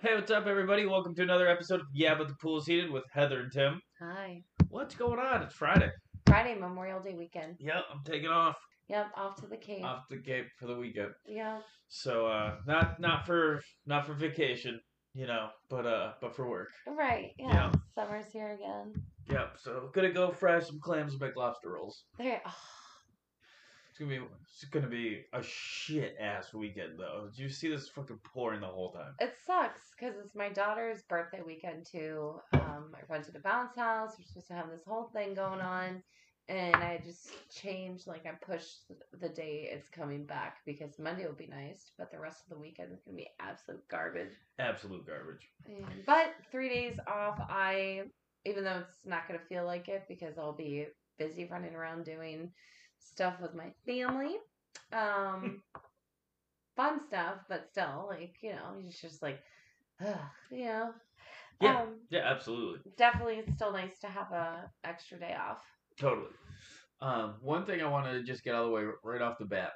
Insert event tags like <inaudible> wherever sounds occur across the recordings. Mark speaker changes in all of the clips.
Speaker 1: Hey, what's up, everybody? Welcome to another episode of Yeah, but the pool's heated with Heather and Tim.
Speaker 2: Hi.
Speaker 1: What's going on? It's Friday.
Speaker 2: Friday, Memorial Day weekend.
Speaker 1: Yep, I'm taking off
Speaker 2: Yep, off to the cave.
Speaker 1: off the gate for the weekend.
Speaker 2: yeah.
Speaker 1: So, uh, not not for not for vacation, you know, but uh, but for work.
Speaker 2: Right. Yeah.
Speaker 1: Yeah.
Speaker 2: Summer's here again.
Speaker 1: Yep. So, gonna go fry some clams and make lobster rolls.
Speaker 2: There. Oh,
Speaker 1: It's gonna be it's gonna be a shit ass weekend though. Did you see this fucking pouring the whole time?
Speaker 2: it sucks because it's my daughter's birthday weekend too. Um, I rented a bounce house. We're supposed to have this whole thing going on, and I just changed. Like I pushed the day it's coming back because Monday will be nice, but the rest of the weekend is gonna be absolute garbage.
Speaker 1: Absolute garbage.
Speaker 2: And- But three days off, I even though it's not gonna feel like it because I'll be busy running around doing stuff with my family. Um fun stuff, but still, like, you know, it's just like ugh, you know.
Speaker 1: Yeah.
Speaker 2: Um
Speaker 1: Yeah, absolutely.
Speaker 2: definitely it's still nice to have a extra day off.
Speaker 1: Totally. Um, one thing I wanted to just get out of the way r- right off the bat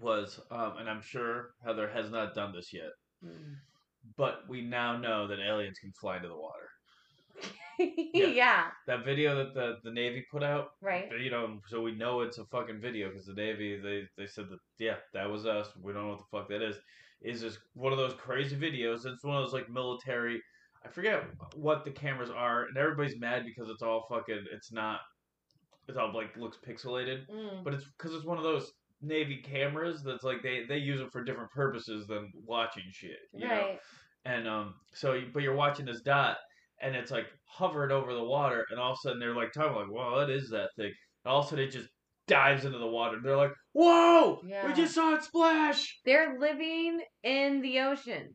Speaker 1: was, um, and I'm sure Heather has not done this yet,
Speaker 2: <laughs>
Speaker 1: but we now know that aliens can fly into the water.
Speaker 2: yeah.
Speaker 1: That video that the, the Navy put out,
Speaker 2: right.
Speaker 1: you know, so we know it's a fucking video because the Navy, they, they said that, yeah, that was us. We don't know what the fuck that is. Is just one of those crazy videos. It's one of those like military, I forget what the cameras are, and everybody's mad because it's all fucking, it's not, it's all like looks pixelated
Speaker 2: Mm.
Speaker 1: but it's because it's one of those navy cameras that's like they they use it for different purposes than watching shit you know?
Speaker 2: Right.
Speaker 1: and um so you- but you're watching this dot and it's like hovered over the water and all of a sudden they're like talking like well what is that thing and all of a sudden it just dives into the water and they're like whoa we
Speaker 2: Yeah.
Speaker 1: just saw it splash
Speaker 2: They're living in the oceans.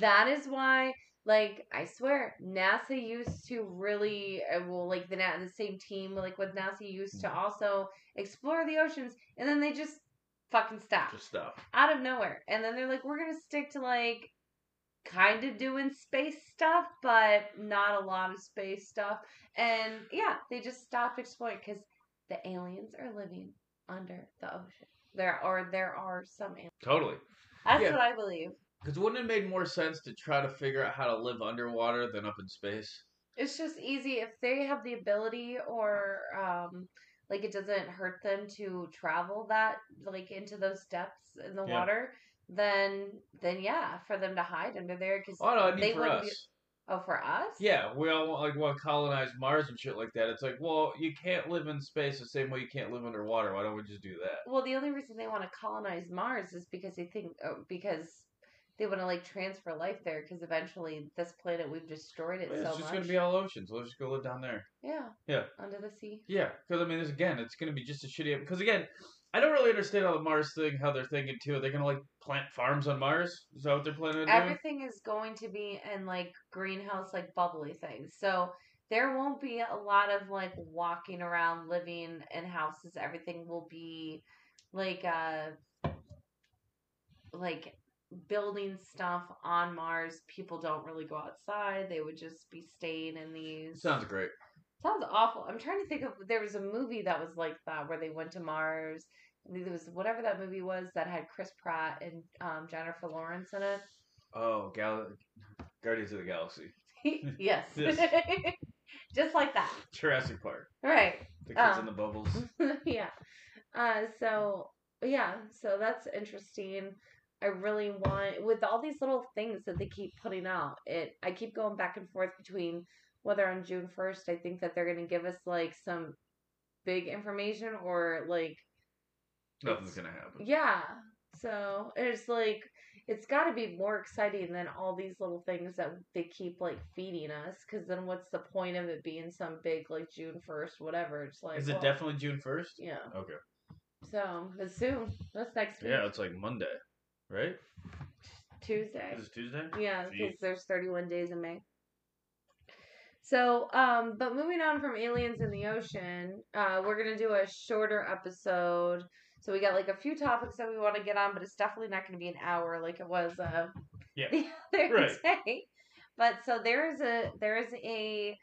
Speaker 2: That is why, like, I swear, NASA used to really, uh, well, like the Na- the same team, like with NASA used to also explore the oceans, and then they just fucking stopped
Speaker 1: just stuff
Speaker 2: out of nowhere, and then they're like, we're gonna stick to like kind of doing space stuff, but not a lot of space stuff, and yeah, they just stopped exploring because the aliens are living under the ocean. There are there are some aliens.
Speaker 1: totally
Speaker 2: That's
Speaker 1: Yeah.
Speaker 2: what I believe.
Speaker 1: because wouldn't it make more sense to try to figure out how to live underwater than up in space
Speaker 2: It's just easy if they have the ability or um like it doesn't hurt them to travel that like into those depths in the
Speaker 1: Yeah.
Speaker 2: water, then then yeah, for them to hide under there because
Speaker 1: oh no i mean
Speaker 2: They
Speaker 1: for
Speaker 2: wouldn't
Speaker 1: us
Speaker 2: be- oh for us
Speaker 1: Yeah, we all want, like want to colonize Mars and shit like that. It's like, well, you can't live in space the same way you can't live underwater. Why don't we just do that?
Speaker 2: Well, the only reason they want to colonize Mars is because they think oh, because they want to like transfer life there because eventually this planet we've destroyed it
Speaker 1: It's,
Speaker 2: so
Speaker 1: just
Speaker 2: much.
Speaker 1: gonna be all ocean, so let's just go live down there.
Speaker 2: yeah.
Speaker 1: Yeah.
Speaker 2: Under the sea.
Speaker 1: Yeah, because I mean, this, again, it's gonna be just a shitty. Because again, I don't really understand how the Mars thing, how they're thinking too. Are they gonna like plant farms on Mars? Is that what they're planning on doing?
Speaker 2: everything is going to be in like greenhouse like bubbly things so there won't be a lot of like walking around living in houses everything will be like uh like building stuff on mars people don't really go outside they would just be staying in these
Speaker 1: Sounds great.
Speaker 2: Sounds awful. I'm trying to think of there was a movie that was like that where they went to Mars. I think There was whatever that movie was that had Chris Pratt and um, Jennifer Lawrence in it.
Speaker 1: Oh, Gal- Guardians of the Galaxy,
Speaker 2: yes. <laughs> Just like that.
Speaker 1: Jurassic Park,
Speaker 2: Right. <laughs>
Speaker 1: the kids
Speaker 2: Oh.
Speaker 1: in the bubbles.
Speaker 2: <laughs> yeah. Uh, so, yeah. So that's interesting. I really want, with all these little things that they keep putting out, it, I keep going back and forth between whether on June 1st, I think that they're going to give us like some big information or like,
Speaker 1: Nothing's gonna happen.
Speaker 2: yeah. So it's like, it's got to be more exciting than all these little things that they keep like feeding us. Cause then what's the point of it being some big like June 1st, whatever? It's like,
Speaker 1: Is it
Speaker 2: well,
Speaker 1: definitely June first?
Speaker 2: Yeah.
Speaker 1: Okay.
Speaker 2: So that's soon. That's next week.
Speaker 1: Yeah, it's like Monday, right?
Speaker 2: Tuesday.
Speaker 1: Is it Tuesday?
Speaker 2: Yeah, because
Speaker 1: Jeez.
Speaker 2: there's 31 days in May. So, um, but moving on from aliens in the ocean, uh, we're gonna do a shorter episode. So we got like a few topics that we want to get on, but it's definitely not gonna be an hour like it was uh,
Speaker 1: Yeah.
Speaker 2: <laughs> the other
Speaker 1: Right.
Speaker 2: day. But so there is a there is a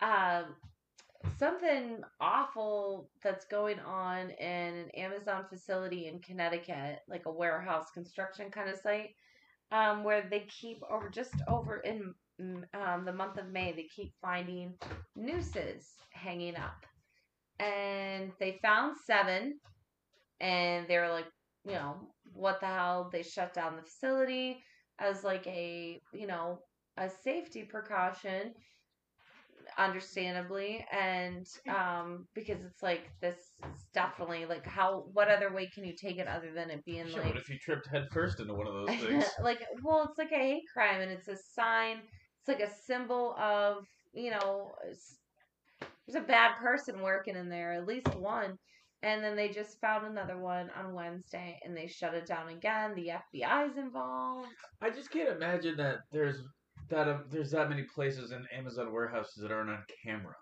Speaker 2: um something awful that's going on in an Amazon facility in Connecticut, like a warehouse construction kind of site. um, where they keep over just over in um, the month of May, they keep finding nooses hanging up. And they found seven, and they were like, you know, what the hell? They shut down the facility as like a, you know, a safety precaution, understandably. And um, because it's like, this is definitely like, how, what other way can you take it other than it being
Speaker 1: Shit,
Speaker 2: like,
Speaker 1: what if you tripped headfirst into one of
Speaker 2: <laughs>
Speaker 1: those things?
Speaker 2: like, well, it's like a hate crime, and it's a sign. It's like a symbol of, you know, s- there's a bad person working in there, at least one. And then they just found another one on Wednesday, and they shut it down again. The FBI's involved.
Speaker 1: I just can't imagine that there's that um, there's that many places in Amazon warehouses that aren't on camera.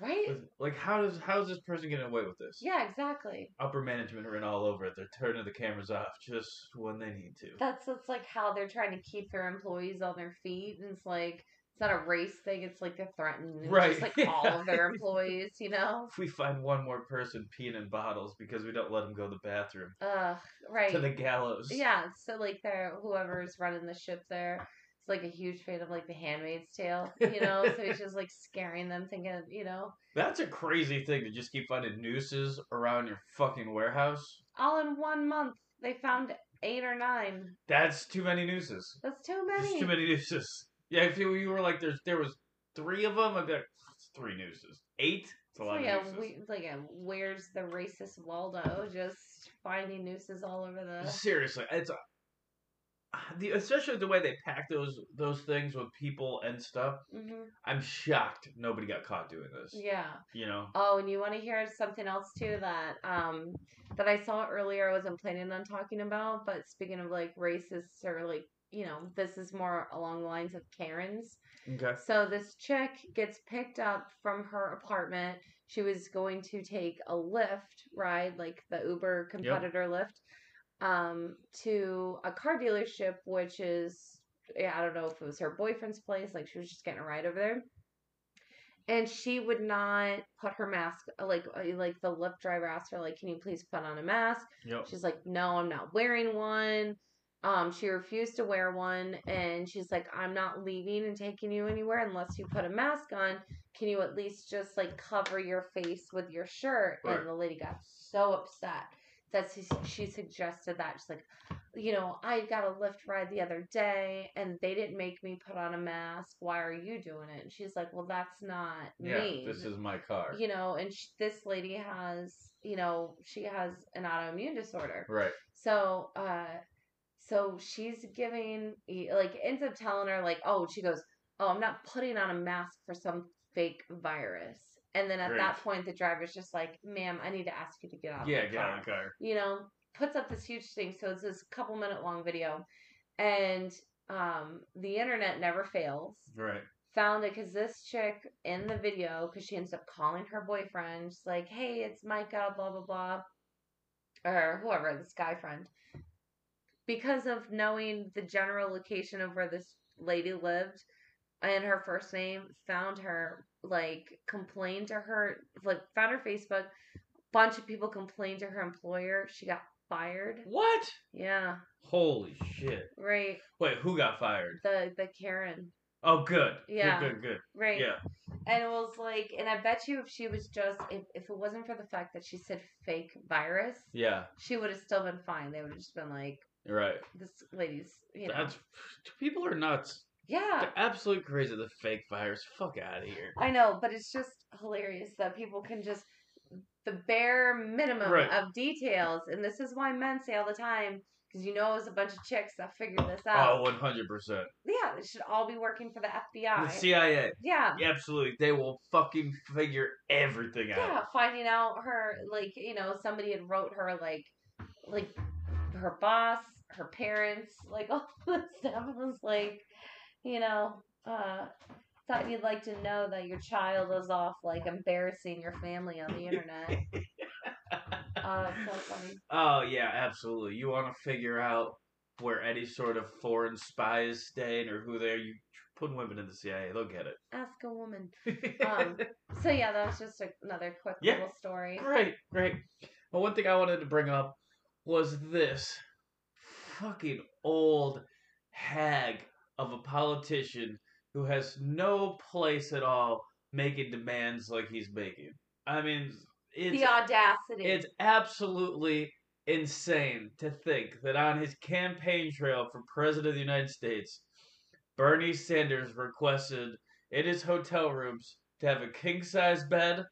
Speaker 2: Right?
Speaker 1: With- Like, how does how is this person getting away with this?
Speaker 2: Yeah, exactly.
Speaker 1: Upper management are in all over it. They're turning the cameras off just when they need to.
Speaker 2: That's that's like how they're trying to keep their employees on their feet, and it's like it's not a race thing. It's like they're threatening,
Speaker 1: Right,
Speaker 2: Just like
Speaker 1: <laughs> yeah.
Speaker 2: all of their employees, you know.
Speaker 1: If we find one more person peeing in bottles because we don't let them go to the bathroom
Speaker 2: Ugh, right.
Speaker 1: to the gallows.
Speaker 2: Yeah, so like they're whoever's running the ship there is like a huge fan of like The Handmaid's Tale, you know. so he's just like scaring them, thinking, you know,
Speaker 1: That's a crazy thing to just keep finding nooses around your fucking warehouse.
Speaker 2: all in one month they found eight or nine.
Speaker 1: That's too many nooses.
Speaker 2: That's too
Speaker 1: There's
Speaker 2: many.
Speaker 1: too many nooses. Yeah, if you, you were like, there's there was three of them, I'd be like, "It's three nooses. Eight? It's a
Speaker 2: It's
Speaker 1: lot
Speaker 2: like
Speaker 1: of
Speaker 2: a,
Speaker 1: nooses.
Speaker 2: we, like a where's the racist Waldo? Just finding nooses all over the.
Speaker 1: Seriously, it's a, the especially the way they pack those those things with people and stuff.
Speaker 2: hmm
Speaker 1: I'm shocked nobody got caught doing this.
Speaker 2: Yeah.
Speaker 1: You know,
Speaker 2: Oh, and you want to hear something else too that um that I saw earlier I wasn't planning on talking about, but speaking of like racists or like, you know, this is more along the lines of Karen's.
Speaker 1: okay,
Speaker 2: So this chick gets picked up from her apartment. She was going to take a Lyft ride, like the Uber competitor Lyft, um, to a car dealership, which is yeah, I don't know if it was her boyfriend's place. Like she was just getting a ride over there, and she would not put her mask. Like uh, like the Lyft driver asked her, like, "Can you please put on a mask?"
Speaker 1: yep.
Speaker 2: She's like, no, I'm not wearing one. Um, she refused to wear one, and she's like, I'm not leaving and taking you anywhere unless you put a mask on. Can you at least just like cover your face with your shirt?
Speaker 1: Right.
Speaker 2: And the lady got so upset that she, she suggested that. She's like, you know, I got a lift ride the other day, and they didn't make me put on a mask. Why are you doing it? And she's like, well, that's not
Speaker 1: Yeah,
Speaker 2: me
Speaker 1: this is my car.
Speaker 2: you know, and sh- this lady has, you know, she has an autoimmune disorder.
Speaker 1: Right.
Speaker 2: So, uh, so she's giving, e, like, ends up telling her, like, oh, she goes, oh, I'm not putting on a mask for some fake virus. And then at
Speaker 1: Great.
Speaker 2: that point, the driver's just like, ma'am, I need to ask you to get out of
Speaker 1: Yeah,
Speaker 2: my
Speaker 1: get
Speaker 2: car
Speaker 1: out of the car.
Speaker 2: you know, puts up this huge thing. So it's this couple minute long video. And um, the internet never fails.
Speaker 1: Right.
Speaker 2: Found it because this chick in the video, because she ends up calling her boyfriend, she's like, hey, it's Micah, blah, blah, blah, or whoever, this guy friend. Because of knowing the general location of where this lady lived, and her first name found her like complained to her like found her facebook bunch of people complained to her employer she got fired
Speaker 1: What?
Speaker 2: yeah
Speaker 1: Holy shit!
Speaker 2: right
Speaker 1: Wait, who got fired?
Speaker 2: the the karen
Speaker 1: Oh, good.
Speaker 2: Yeah.
Speaker 1: Good. Good. good.
Speaker 2: right
Speaker 1: Yeah.
Speaker 2: and it was like and i bet you if she was just if, if it wasn't for the fact that she said fake virus
Speaker 1: Yeah.
Speaker 2: she would have still been fine they would have just been like
Speaker 1: Right.
Speaker 2: this lady's you know
Speaker 1: That's people are nuts.
Speaker 2: yeah
Speaker 1: They're absolutely crazy. The fake virus. Fuck out of here.
Speaker 2: I know, but it's just hilarious that people can just the bare minimum
Speaker 1: Right.
Speaker 2: of details, and this is why men say all the time because you know it was a bunch of chicks that figured this out.
Speaker 1: Oh, one hundred percent.
Speaker 2: yeah, they should all be working for the
Speaker 1: The
Speaker 2: FBI.
Speaker 1: CIA.
Speaker 2: yeah,
Speaker 1: Yeah, absolutely. They will fucking figure everything
Speaker 2: yeah,
Speaker 1: out.
Speaker 2: finding out her like you know somebody had wrote her like like her boss, her parents, like <laughs> all this stuff It was like you know. uh Thought you'd like to know that your child is off, like embarrassing your family on the internet.
Speaker 1: <laughs>
Speaker 2: Oh, that's so funny.
Speaker 1: oh yeah, absolutely. You want to figure out where any sort of foreign spy is staying or who they are. You put women in the CIA. They'll get
Speaker 2: Ask a woman.
Speaker 1: it.
Speaker 2: Um, so yeah, that was just a, another quick
Speaker 1: Yeah.
Speaker 2: little story.
Speaker 1: Great, great. But one thing I wanted to bring up was this fucking old hag of a politician who has no place at all making demands like he's making. I mean, it's
Speaker 2: the audacity.
Speaker 1: it's absolutely insane to think that on his campaign trail for president of the United States, Bernie Sanders requested in his hotel rooms to have a king size bed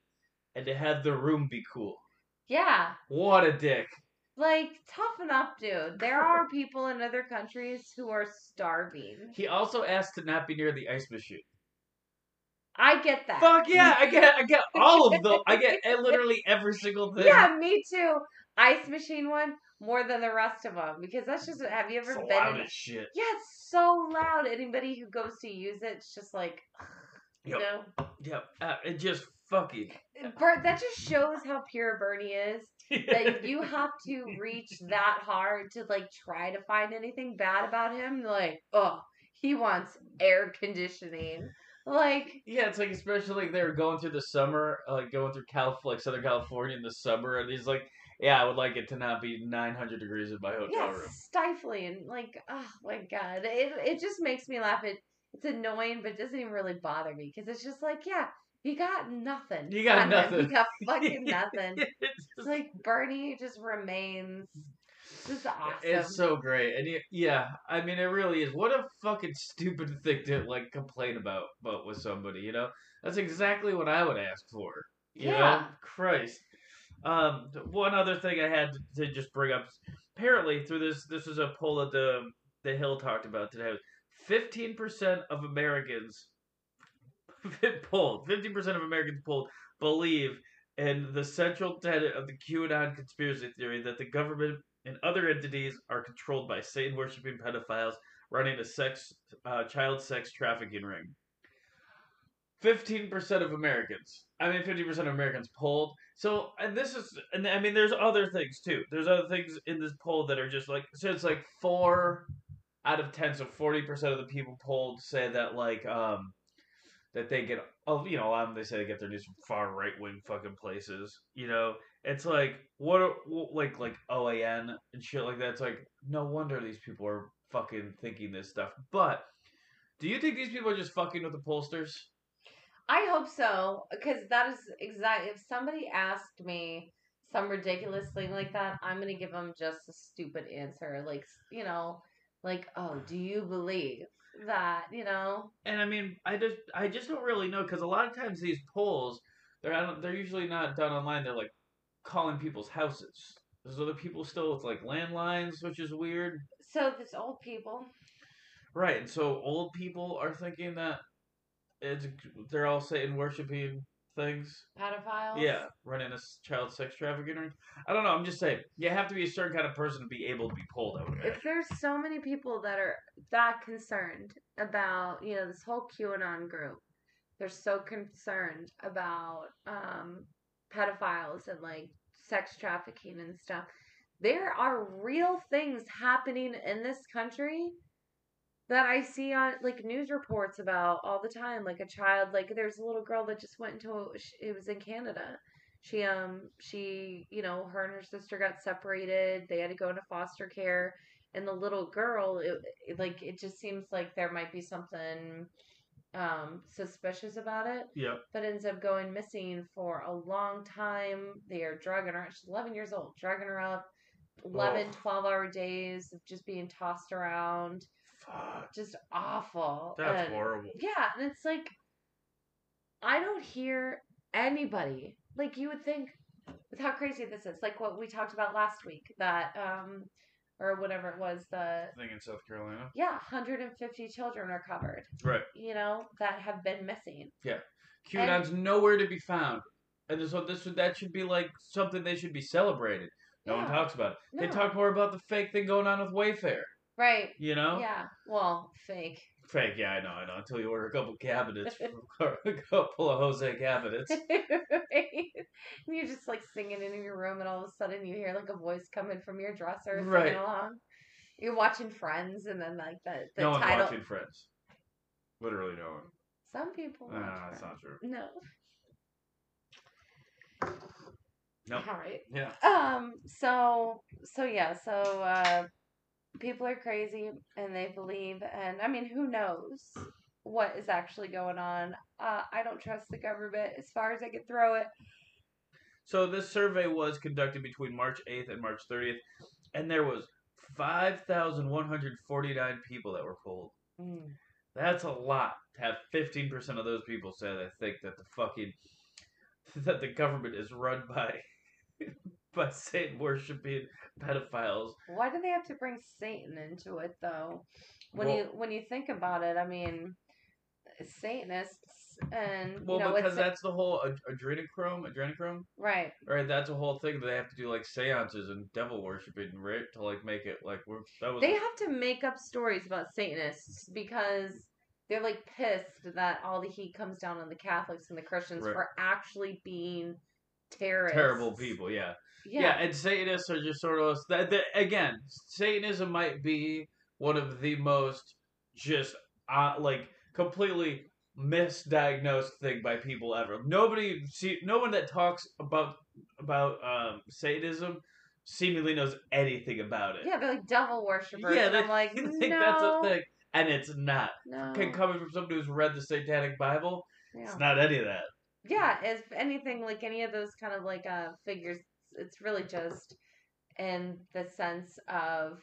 Speaker 1: and to have the room be cool.
Speaker 2: yeah.
Speaker 1: What a dick.
Speaker 2: Like, toughen up, dude. There are people in other countries who are starving.
Speaker 1: He also asked to not be near the ice machine.
Speaker 2: I get that.
Speaker 1: Fuck yeah, I get I get all of them. I get literally every single thing.
Speaker 2: <laughs> Yeah, me too. Ice machine one more than the rest of them because that's just. Have you ever
Speaker 1: It's
Speaker 2: been?
Speaker 1: loud
Speaker 2: in-
Speaker 1: as shit.
Speaker 2: yeah, it's so loud. Anybody who goes to use it, it's just like, <sighs> you
Speaker 1: Yep.
Speaker 2: know.
Speaker 1: Yep, uh, it just fucking.
Speaker 2: Bert, that just shows how pure Bernie is. That you have to reach
Speaker 1: <laughs>
Speaker 2: that hard to like try to find anything bad about him. Like, oh, he wants air conditioning. Like,
Speaker 1: Yeah, it's like especially like they were going through the summer, uh, like going through Cal, like Southern California in the summer, and he's like, "Yeah, I would like it to not be 900 degrees in my hotel
Speaker 2: yeah,
Speaker 1: room."
Speaker 2: stifling. Like, oh my god, it it just makes me laugh. It it's annoying, but it doesn't even really bother me because it's just like, yeah, you got nothing.
Speaker 1: You got
Speaker 2: on him.
Speaker 1: nothing.
Speaker 2: You
Speaker 1: <laughs>
Speaker 2: got fucking nothing.
Speaker 1: It's
Speaker 2: <laughs> It's like Bernie just remains just awesome.
Speaker 1: It's so great, and y- yeah, I mean, it really is. What a fucking stupid <laughs> thing to like complain about, but with somebody, you know, that's exactly what I would ask for. You know,
Speaker 2: Yeah.
Speaker 1: Christ. Um, th- one other thing I had to, to just bring up. Apparently, through this, this was a poll that the the Hill talked about today. Fifteen percent of Americans <laughs> polled. Fifteen percent of Americans polled believe in the central tenet of the QAnon conspiracy theory that the government and other entities are controlled by Satan worshiping pedophiles running a sex uh, child sex trafficking ring. Fifteen percent of Americans. I mean, fifty percent of Americans polled. So, and this is, and I mean, there's other things too. There's other things in this poll that are just like, so it's like four out of ten. So, forty percent of the people polled say that like, um, that they get, oh, you know, a lot of them they say they get their news from far right wing fucking places. You know, it's like what, are, wh- like, like OAN and shit like that. It's like no wonder these people are fucking thinking this stuff. But do you think these people are just fucking with the pollsters?
Speaker 2: I hope so, because that is exactly. If somebody asked me some ridiculous thing like that, I'm gonna give them just a stupid answer, like you know, like oh, do you believe that? You know,
Speaker 1: and I mean, I just I just don't really know because a lot of times these polls, they're I don't, they're usually not done online. They're like calling people's houses. There's other people still with like landlines, which is weird,
Speaker 2: so this old people.
Speaker 1: right? And so old people are thinking that it's they're all Satan worshiping things.
Speaker 2: Pedophiles.
Speaker 1: Yeah, running a s- child sex trafficking ring. I don't know. I'm just saying you have to be a certain kind of person to be able to be pulled over there.
Speaker 2: If there's so many people that are that concerned about, you know, this whole QAnon group, they're so concerned about um, pedophiles and like sex trafficking and stuff. There are real things happening in this country that I see on like news reports about all the time. Like a child, like there's a little girl that just went into a, sh- it was in Canada. She um she you know her and her sister got separated. They had to go into foster care, and the little girl it, it- like it just seems like there might be something um suspicious about it
Speaker 1: Yep.
Speaker 2: but ends up going missing for a long time. They are drugging her. She's 11 years old, drugging her up. 11,
Speaker 1: Oh.
Speaker 2: 12 hour days of just being tossed around.
Speaker 1: Fuck.
Speaker 2: Just awful.
Speaker 1: That's
Speaker 2: And-
Speaker 1: horrible.
Speaker 2: Yeah. And it's like, I don't hear anybody. Like, you would think, with how crazy this is, like what we talked about last week, that, um, or whatever it was, the,
Speaker 1: I think in South Carolina.
Speaker 2: yeah, 150 children are covered,
Speaker 1: Right.
Speaker 2: you know, that have been missing.
Speaker 1: QAnon's nowhere to be found, and so this that should be like something they should be celebrated. No one
Speaker 2: Yeah.
Speaker 1: talks about it. They
Speaker 2: No.
Speaker 1: talk more about the fake thing going on with Wayfair.
Speaker 2: Right.
Speaker 1: You know,
Speaker 2: Yeah. Well, fake. <laughs>
Speaker 1: fake. Yeah, I know, I know. Until you order a couple cabinets, from, <laughs> a couple of Jose
Speaker 2: <laughs>
Speaker 1: cabinets.
Speaker 2: and you're just like singing in your room, and all of a sudden you hear like a voice coming from your dresser singing
Speaker 1: Right.
Speaker 2: along. You're watching Friends, and then like the, the
Speaker 1: no
Speaker 2: title.
Speaker 1: one's watching Friends. Literally no one.
Speaker 2: Some people.
Speaker 1: No,
Speaker 2: watch
Speaker 1: that's
Speaker 2: Friends.
Speaker 1: not true.
Speaker 2: No.
Speaker 1: No.
Speaker 2: All right.
Speaker 1: Yeah.
Speaker 2: Um. So. So yeah. So. Uh. people are crazy and they believe and i mean who knows what is actually going on uh, i don't trust the government as far as i can throw it
Speaker 1: So this survey was conducted between March 8th and March 30th, and there was 5,149 people that were polled. Mm. That's a lot to have 15% of those people say they think that the fucking <laughs> that the government is run by <laughs> by Satan worshiping pedophiles.
Speaker 2: why do they have to bring satan into it though when
Speaker 1: Well-
Speaker 2: you when you think about it i mean satanists and
Speaker 1: Well,
Speaker 2: you know
Speaker 1: because
Speaker 2: it's
Speaker 1: that's the whole ad- adrenochrome, adrenochrome,
Speaker 2: right
Speaker 1: right? That's a whole thing that they have to do like seances and devil worshiping, right? To like make it like we're, that was
Speaker 2: they have to make up stories about satanists because they're like pissed that all the heat comes down on the catholics and the christians
Speaker 1: Right.
Speaker 2: for actually being terrorists
Speaker 1: terrible people. Yeah, Yeah.
Speaker 2: yeah,
Speaker 1: and Satanists are just sort of those- that, that. Again, Satanism might be one of the most just uh, like completely misdiagnosed thing by people ever. Nobody see no one that talks about about um, Satanism seemingly knows anything about it.
Speaker 2: yeah they're like devil
Speaker 1: <laughs>
Speaker 2: worshippers
Speaker 1: Yeah,
Speaker 2: and
Speaker 1: they
Speaker 2: i'm
Speaker 1: <laughs>
Speaker 2: like
Speaker 1: they
Speaker 2: no,
Speaker 1: think that's a thing, and it's not.
Speaker 2: no
Speaker 1: Can coming from somebody who's read the Satanic Bible,
Speaker 2: yeah.
Speaker 1: it's not any of that.
Speaker 2: yeah if anything like any of those kind of like uh figures it's really just in the sense of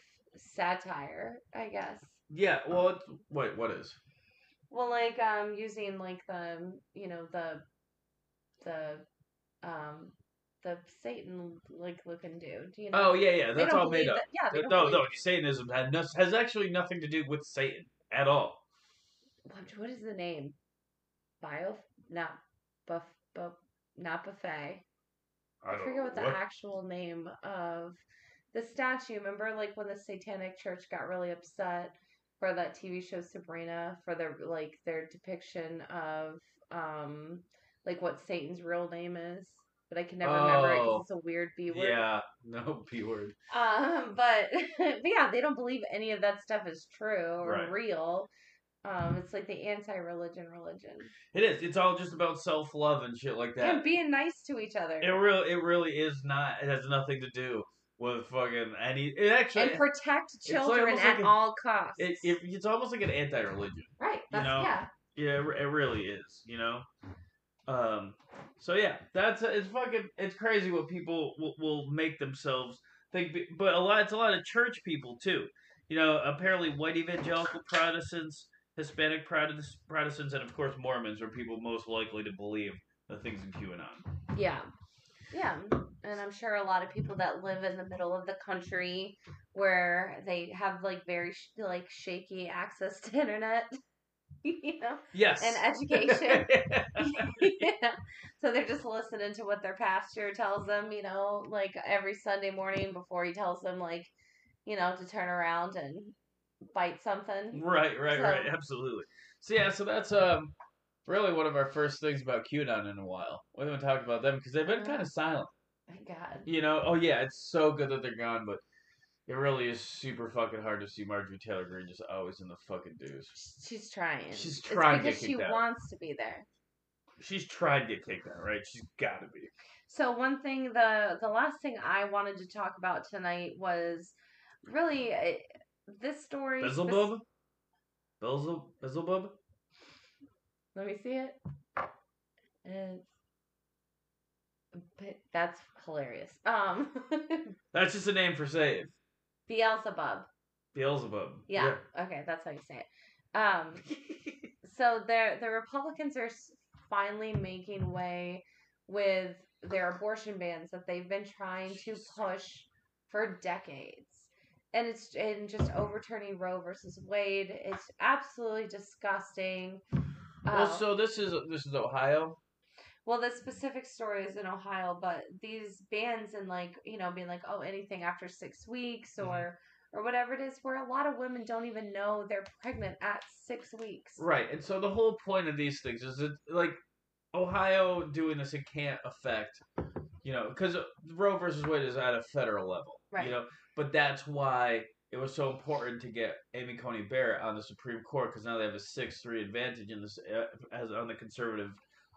Speaker 2: satire i guess
Speaker 1: Yeah, well, it's, wait, what is?
Speaker 2: Well, like um, using like the you know the the um the Satan like looking dude. You know?
Speaker 1: Oh yeah, yeah,
Speaker 2: They
Speaker 1: that's
Speaker 2: don't
Speaker 1: all made
Speaker 2: believe
Speaker 1: up.
Speaker 2: that- Yeah, they
Speaker 1: Uh,
Speaker 2: don't
Speaker 1: No,
Speaker 2: believe-
Speaker 1: no, Satanism had no, has actually nothing to do with Satan at all.
Speaker 2: What, what is the name? Bio? Not buff, buff not buffet. I,
Speaker 1: don't
Speaker 2: forget what the
Speaker 1: know
Speaker 2: actual name of the statue. Remember, like when the Satanic Church got really upset for that TV show Sabrina for their like their depiction of um like what Satan's real name is, but I can never remember it
Speaker 1: Oh.
Speaker 2: because it's a weird B word.
Speaker 1: Yeah, no <laughs> B word.
Speaker 2: Um, but <laughs> but yeah, they don't believe any of that stuff is true or
Speaker 1: Right.
Speaker 2: real. Um, it's like the anti-religion religion
Speaker 1: It is. It's all just about self love and shit like that.
Speaker 2: and being nice to each other
Speaker 1: It real. It really is not. It has nothing to do with fucking any. It actually.
Speaker 2: and protect
Speaker 1: like
Speaker 2: children
Speaker 1: almost
Speaker 2: at
Speaker 1: like a-
Speaker 2: all costs.
Speaker 1: It, it, it's almost like an anti-religion.
Speaker 2: right? That's
Speaker 1: know,
Speaker 2: yeah.
Speaker 1: Yeah, it, re- it really is. You know. Um. So yeah, that's it's fucking it's crazy what people will, will make themselves think. be- But a lot, it's a lot of church people too. You know, apparently white evangelical Protestants, Hispanic Protest- Protestants, and of course Mormons are people most likely to believe the things in QAnon.
Speaker 2: Yeah. Yeah. And I'm sure a lot of people that live in the middle of the country where they have like very sh- like shaky access to internet, <laughs> you know,
Speaker 1: Yes.
Speaker 2: and education. yeah. So they're just listening to what their pastor tells them, you know, like every Sunday morning before he tells them like, you know, to turn around and bite something.
Speaker 1: <laughs> Right, right,
Speaker 2: So-
Speaker 1: right. Absolutely. So yeah, so that's um really one of our first things about QAnon in a while. We haven't talked about them because they've been kind of silent.
Speaker 2: Thank God.
Speaker 1: You know, oh yeah, it's so good that they're gone, but it really is super fucking hard to see Marjorie Taylor Greene just always in the fucking news.
Speaker 2: She's trying.
Speaker 1: She's
Speaker 2: It's
Speaker 1: trying to
Speaker 2: because
Speaker 1: get
Speaker 2: she
Speaker 1: kicked out.
Speaker 2: wants to be there.
Speaker 1: She's tried to get kicked out, right? She's got to be.
Speaker 2: So one thing the the last thing I wanted to talk about tonight was really uh, this story. spec-
Speaker 1: Beelzebub, Beelzebub, Beelzebub.
Speaker 2: Let me see it. It's, but that's hilarious. Um, <laughs>
Speaker 1: That's just a name for Satan.
Speaker 2: Beelzebub.
Speaker 1: Beelzebub.
Speaker 2: Yeah. Okay, that's how you say it.
Speaker 1: <laughs>
Speaker 2: Um, so the the Republicans are s- finally making way with their abortion bans that they've been trying to push for decades, and it's and just overturning Roe versus Wade. It's absolutely disgusting.
Speaker 1: Well,
Speaker 2: Uh,
Speaker 1: so this is this is Ohio.
Speaker 2: well, the specific story is in Ohio, but these bans and like you know being like oh anything after six weeks or or whatever it is, where a lot of women don't even know they're pregnant at six weeks.
Speaker 1: Right, and so the whole point of these things is that like Ohio doing this, it can't affect you know because Roe versus Wade is at a federal level,
Speaker 2: Right.
Speaker 1: You know, but that's why it was so important to get Amy Coney Barrett on the Supreme Court because now they have a six three advantage in this uh, as on the conservative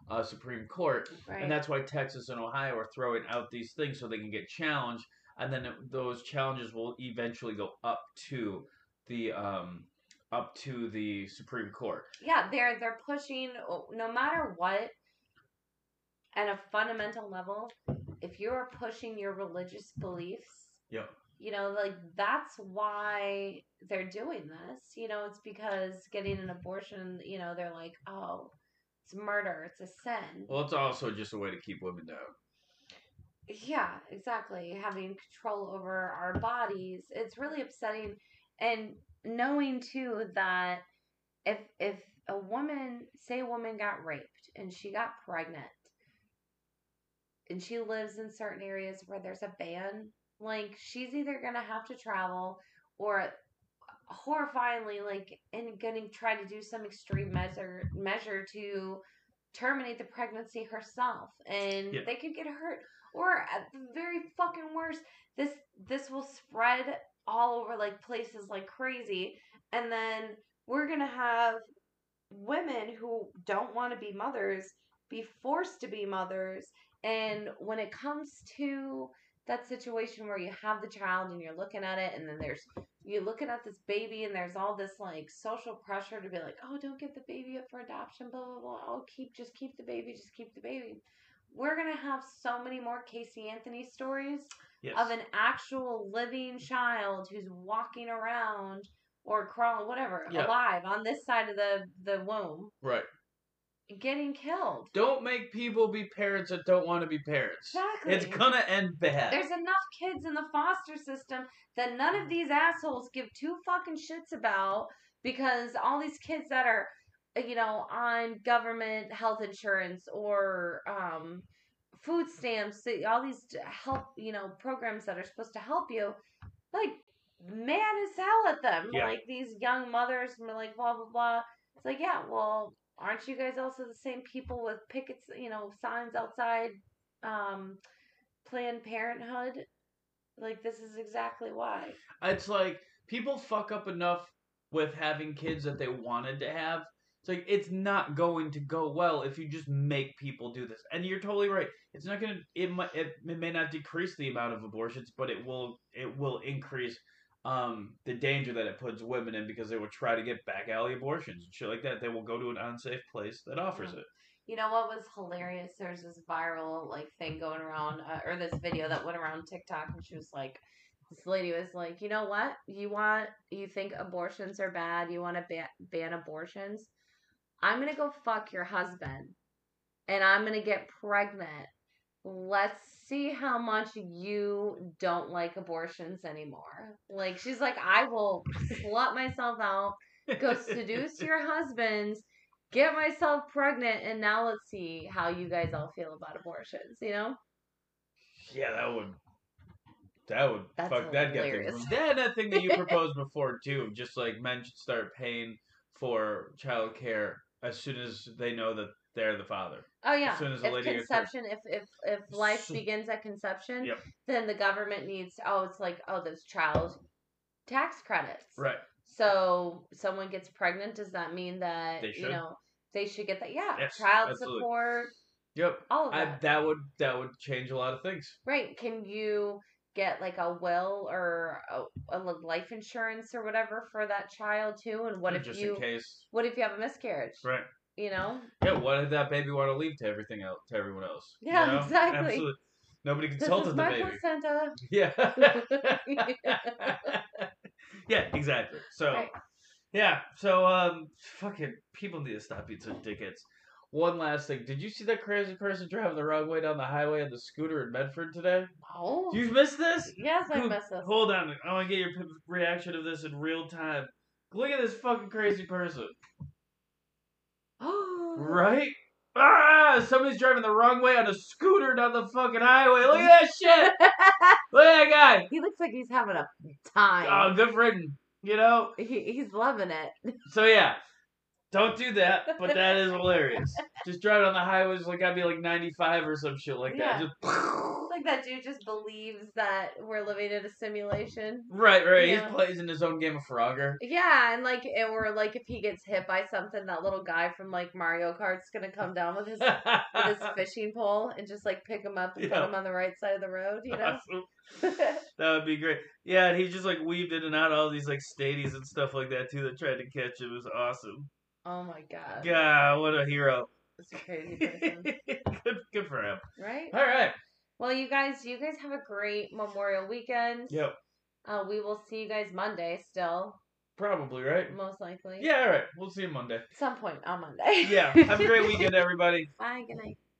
Speaker 1: uh, Supreme Court,
Speaker 2: Right.
Speaker 1: and that's why Texas and Ohio are throwing out these things so they can get challenged. and then it- those challenges will eventually go up to the um up to the Supreme Court.
Speaker 2: yeah, they're they're pushing no matter what at a fundamental level, if you're pushing your religious beliefs,
Speaker 1: Yep.
Speaker 2: you know, like that's why they're doing this. You know, it's because getting an abortion, you know, they're like, oh, it's murder, it's a sin.
Speaker 1: Well, it's also just a way to keep women down.
Speaker 2: Yeah, exactly. Having control over our bodies. It's really upsetting and knowing too that if if a woman, say a woman got raped and she got pregnant and she lives in certain areas where there's a ban, like she's either going to have to travel or horrifyingly like and going to try to do some extreme measure measure to terminate the pregnancy herself and
Speaker 1: Yeah.
Speaker 2: they could get hurt or at the very fucking worst this this will spread all over like places like crazy and then we're gonna have women who don't want to be mothers be forced to be mothers and when it comes to that situation where you have the child and you're looking at it and then there's you're looking at this baby and there's all this like social pressure to be like oh don't give the baby up for adoption blah blah blah oh keep just keep the baby just keep the baby we're gonna have so many more casey anthony stories
Speaker 1: Yes.
Speaker 2: of an actual living child who's walking around or crawling, whatever,
Speaker 1: Yeah.
Speaker 2: alive on this side of the the womb,
Speaker 1: right.
Speaker 2: getting killed.
Speaker 1: Don't make people be parents that don't want to be parents.
Speaker 2: Exactly.
Speaker 1: It's gonna end bad.
Speaker 2: There's enough kids in the foster system that none
Speaker 1: Mm.
Speaker 2: of these assholes give two fucking shits about because all these kids that are, you know, on government health insurance or um, food stamps, the- all these help, you know, programs that are supposed to help you, like, mad as hell at them.
Speaker 1: Yeah.
Speaker 2: Like, these young mothers, and they're like, blah, blah, blah. It's like, yeah, well, aren't you guys also the same people with pickets, you know, signs outside um, Planned Parenthood? Like, this is exactly why.
Speaker 1: It's like people fuck up enough with having kids that they wanted to have. It's like it's not going to go well if you just make people do this. And you're totally right. It's not gonna. It might. It, it may not decrease the amount of abortions, but it will. It will increase um the danger that it puts women in because they will try to get back alley abortions and shit like that. They will go to an unsafe place that offers it.
Speaker 2: You know what was hilarious? There's this viral like thing going around, uh, or this video that went around TikTok, and she was like, this lady was like, you know what? You want, you think abortions are bad? You want to ban, ban abortions? I'm gonna go fuck your husband, and I'm gonna get pregnant. Let's see how much you don't like abortions anymore. Like she's like, I will slut myself out, go seduce your husbands get myself pregnant and now let's see how you guys all feel about abortions you know
Speaker 1: Yeah, that would. That would
Speaker 2: That's
Speaker 1: fuck that guy.
Speaker 2: hilarious.
Speaker 1: That that thing
Speaker 2: <laughs>
Speaker 1: that you proposed before too, of just like men should start paying for childcare as soon as they know that they're the father.
Speaker 2: oh yeah
Speaker 1: As soon as the
Speaker 2: if
Speaker 1: lady gets
Speaker 2: conception if if if life
Speaker 1: So-
Speaker 2: begins at conception
Speaker 1: Yep.
Speaker 2: then the government needs oh it's like oh those child tax credits
Speaker 1: Right.
Speaker 2: so someone gets pregnant does that mean that
Speaker 1: They
Speaker 2: you
Speaker 1: should.
Speaker 2: know they should get that yeah
Speaker 1: Yes,
Speaker 2: child
Speaker 1: absolutely.
Speaker 2: support
Speaker 1: Yep.
Speaker 2: all of that
Speaker 1: I, that would that would change a lot of things.
Speaker 2: Right. Can you get like a will or a, a life insurance or whatever for that child too? And what if
Speaker 1: Mm, just
Speaker 2: you
Speaker 1: in case.
Speaker 2: what if you have a miscarriage?
Speaker 1: Right.
Speaker 2: You know?
Speaker 1: Yeah. What did that baby want to leave to everything else? To everyone else?
Speaker 2: Yeah, exactly.
Speaker 1: Absolutely. Nobody
Speaker 2: This is
Speaker 1: consulted the
Speaker 2: my
Speaker 1: baby.
Speaker 2: placenta.
Speaker 1: <laughs>
Speaker 2: <laughs>
Speaker 1: Yeah. yeah, exactly. So,
Speaker 2: Right.
Speaker 1: yeah, so um, fucking people need to stop being such dickheads. One last thing: Did you see that crazy person driving the wrong way down the highway on the scooter in Medford today?
Speaker 2: oh.
Speaker 1: You missed this?
Speaker 2: yes, I
Speaker 1: Who-
Speaker 2: missed this. <gasps>
Speaker 1: Hold on, I want to get your p- reaction of this in real time. Look at this fucking crazy person,
Speaker 2: Uh-huh.
Speaker 1: right? Ah, somebody's driving the wrong way on a scooter down the fucking highway. Look at that shit!
Speaker 2: <laughs>
Speaker 1: Look at that guy.
Speaker 2: He looks like he's having a time.
Speaker 1: Oh, good friggin'. You know,
Speaker 2: he, he's loving it.
Speaker 1: So yeah, don't do that.
Speaker 2: <laughs>
Speaker 1: But that is hilarious. Just <laughs> drive on the highways like I'd be like 95 or some shit like that.
Speaker 2: Yeah.
Speaker 1: Just
Speaker 2: Like like that dude just believes that we're living in a simulation.
Speaker 1: Right, right.
Speaker 2: Yeah.
Speaker 1: He plays in his own game of Frogger.
Speaker 2: Yeah, and like, it, or like if he gets hit by something, that little guy from like Mario Kart's gonna come down with his
Speaker 1: <laughs>
Speaker 2: with his fishing pole and just like pick him up and
Speaker 1: Yeah.
Speaker 2: put him on the right side of the road,
Speaker 1: <laughs>
Speaker 2: you know?
Speaker 1: Awesome.
Speaker 2: <laughs>
Speaker 1: That would be great. Yeah, and he just like weaved in and out of all these like stadies and stuff like that too that tried to catch him. It was awesome.
Speaker 2: oh my god.
Speaker 1: God, what a hero.
Speaker 2: It's a <laughs> crazy person.
Speaker 1: good, good for him.
Speaker 2: right?
Speaker 1: <laughs> All right.
Speaker 2: Well, you guys, you guys have a great Memorial weekend.
Speaker 1: Yep.
Speaker 2: Uh, we will see you guys Monday still,
Speaker 1: Probably, right?
Speaker 2: most likely.
Speaker 1: Yeah, all right. We'll see you Monday.
Speaker 2: Some point on Monday. <laughs>
Speaker 1: Yeah. Have a great weekend, everybody.
Speaker 2: Bye. Good night.